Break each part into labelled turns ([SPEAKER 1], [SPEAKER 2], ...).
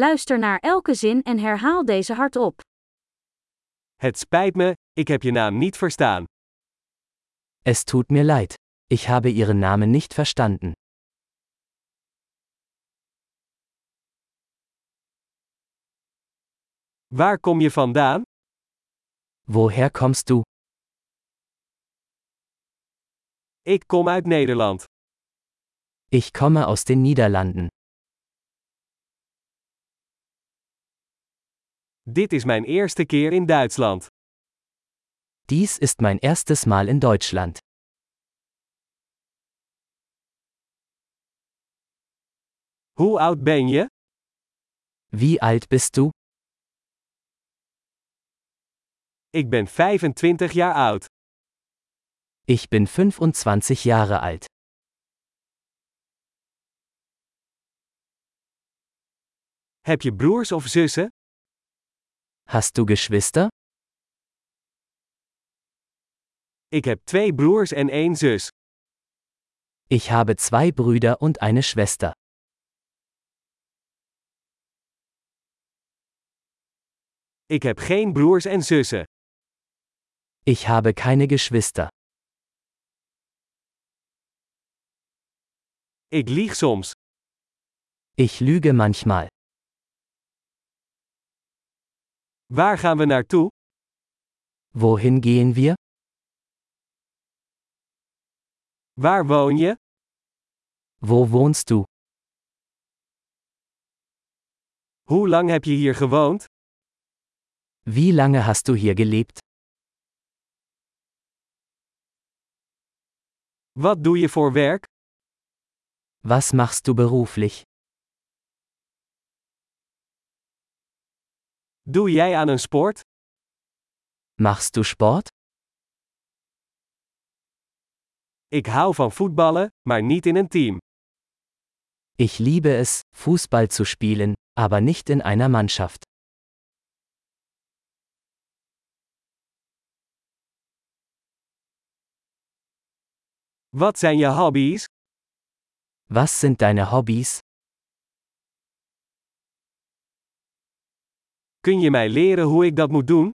[SPEAKER 1] Luister naar elke zin en herhaal deze hardop.
[SPEAKER 2] Het spijt me, ik heb je naam niet verstaan.
[SPEAKER 3] Es tut mir leid. Ich habe Ihren Namen nicht verstanden.
[SPEAKER 2] Waar kom je vandaan?
[SPEAKER 3] Woher kommst du?
[SPEAKER 2] Ik kom uit Nederland.
[SPEAKER 3] Ich komme aus den Niederlanden.
[SPEAKER 2] Dit is mijn eerste keer in Duitsland.
[SPEAKER 3] Dies ist mein erstes Mal in Deutschland.
[SPEAKER 2] Hoe oud ben je?
[SPEAKER 3] Wie alt bist du?
[SPEAKER 2] Ik ben 25 jaar oud.
[SPEAKER 3] Ich bin 25 Jahre alt.
[SPEAKER 2] Heb je broers of zussen?
[SPEAKER 3] Hast du Geschwister?
[SPEAKER 2] Ik heb twee broers en één zus.
[SPEAKER 3] Ich habe zwei Brüder und eine Schwester.
[SPEAKER 2] Ik heb geen broers en zussen.
[SPEAKER 3] Ich habe keine Geschwister.
[SPEAKER 2] Ik lieg soms.
[SPEAKER 3] Ich lüge manchmal.
[SPEAKER 2] Waar gaan we naartoe?
[SPEAKER 3] Wohin gehen wir?
[SPEAKER 2] Waar woon je?
[SPEAKER 3] Wo wohnst du?
[SPEAKER 2] Hoe lang heb je hier gewoond?
[SPEAKER 3] Wie lange hast du hier gelebt?
[SPEAKER 2] Wat doe je voor werk?
[SPEAKER 3] Was machst du beruflich?
[SPEAKER 2] Doe jij aan een sport?
[SPEAKER 3] Machst du Sport?
[SPEAKER 2] Ik hou van voetballen, maar niet in een team.
[SPEAKER 3] Ich liebe es, Fußball zu spielen, aber nicht in einer Mannschaft.
[SPEAKER 2] Wat zijn je hobby's?
[SPEAKER 3] Was sind deine Hobbys?
[SPEAKER 2] Kun je mij leren hoe ik dat moet doen?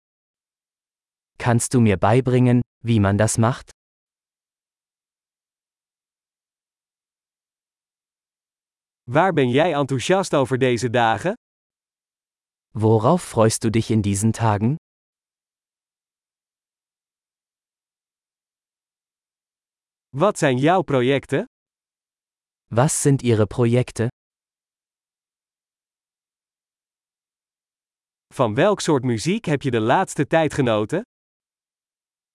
[SPEAKER 3] Kannst du mir beibringen, wie man das macht?
[SPEAKER 2] Waar ben jij enthousiast over deze dagen?
[SPEAKER 3] Worauf freust du dich in diesen Tagen?
[SPEAKER 2] Wat zijn jouw projecten?
[SPEAKER 3] Was sind ihre Projekte?
[SPEAKER 2] Van welk soort muziek heb je de laatste tijd genoten?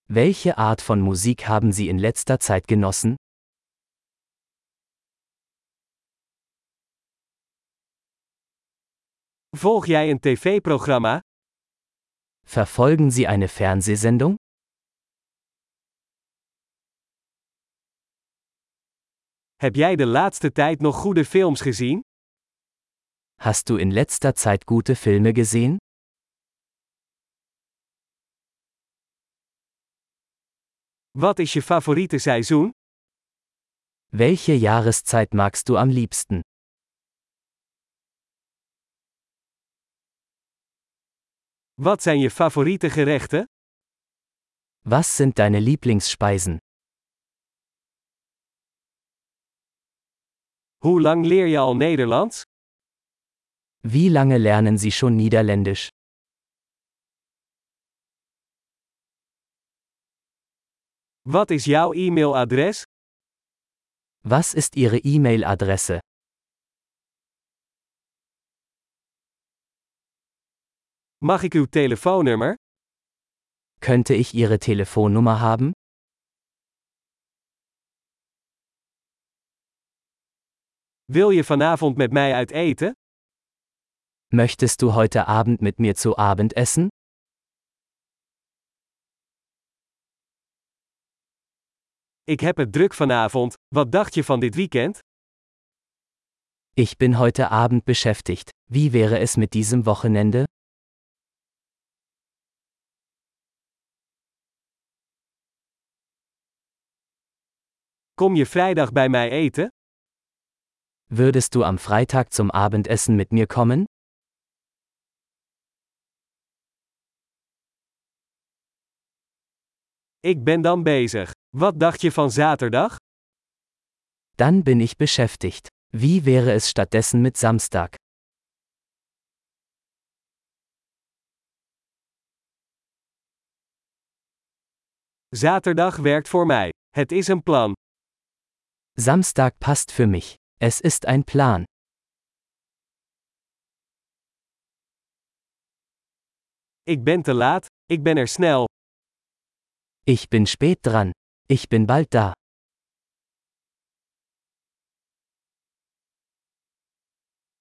[SPEAKER 3] Welche Art von Musik haben sie in letzter Zeit genossen?
[SPEAKER 2] Volg jij een tv-programma?
[SPEAKER 3] Verfolgen sie eine Fernsehsendung?
[SPEAKER 2] Heb jij de laatste tijd nog goede films gezien?
[SPEAKER 3] Hast du in letzter Zeit gute Filme gesehen?
[SPEAKER 2] Wat is je favoriete seizoen?
[SPEAKER 3] Welche Jahreszeit magst du am liebsten?
[SPEAKER 2] Wat zijn je favoriete gerechten?
[SPEAKER 3] Was sind deine Lieblingsspeisen?
[SPEAKER 2] Hoe lang leer je al Nederlands?
[SPEAKER 3] Wie lange lernen sie schon Niederländisch?
[SPEAKER 2] Wat is jouw e-mailadres?
[SPEAKER 3] Was ist ihre E-Mail-Adresse?
[SPEAKER 2] Mag ik uw telefoonnummer?
[SPEAKER 3] Könnte ich ihre Telefonnummer haben?
[SPEAKER 2] Wil je vanavond met mij uit eten?
[SPEAKER 3] Möchtest du heute Abend mit mir zu Abend essen?
[SPEAKER 2] Ik heb het druk vanavond. Wat dacht je van dit weekend?
[SPEAKER 3] Ich bin heute Abend beschäftigt. Wie wäre es mit diesem Wochenende?
[SPEAKER 2] Kom je vrijdag bij mij eten?
[SPEAKER 3] Würdest du am Freitag zum Abendessen mit mir kommen?
[SPEAKER 2] Ik ben dan bezig. Wat dacht je van zaterdag?
[SPEAKER 3] Dann bin ich beschäftigt. Wie wäre es stattdessen mit Samstag?
[SPEAKER 2] Zaterdag werkt voor mij. Het is een plan.
[SPEAKER 3] Samstag passt für mich. Es ist ein Plan.
[SPEAKER 2] Ik ben te laat, ik ben er snel.
[SPEAKER 3] Ich bin spät dran. Ich bin bald da.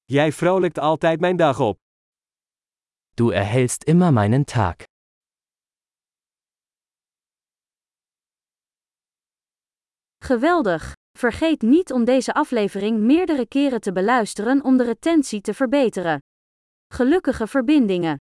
[SPEAKER 2] Jij vrolijkt altijd mijn dag op.
[SPEAKER 3] Du erhellst immer meinen Tag.
[SPEAKER 1] Geweldig! Vergeet niet om deze aflevering meerdere keren te beluisteren om de retentie te verbeteren. Gelukkige verbindingen!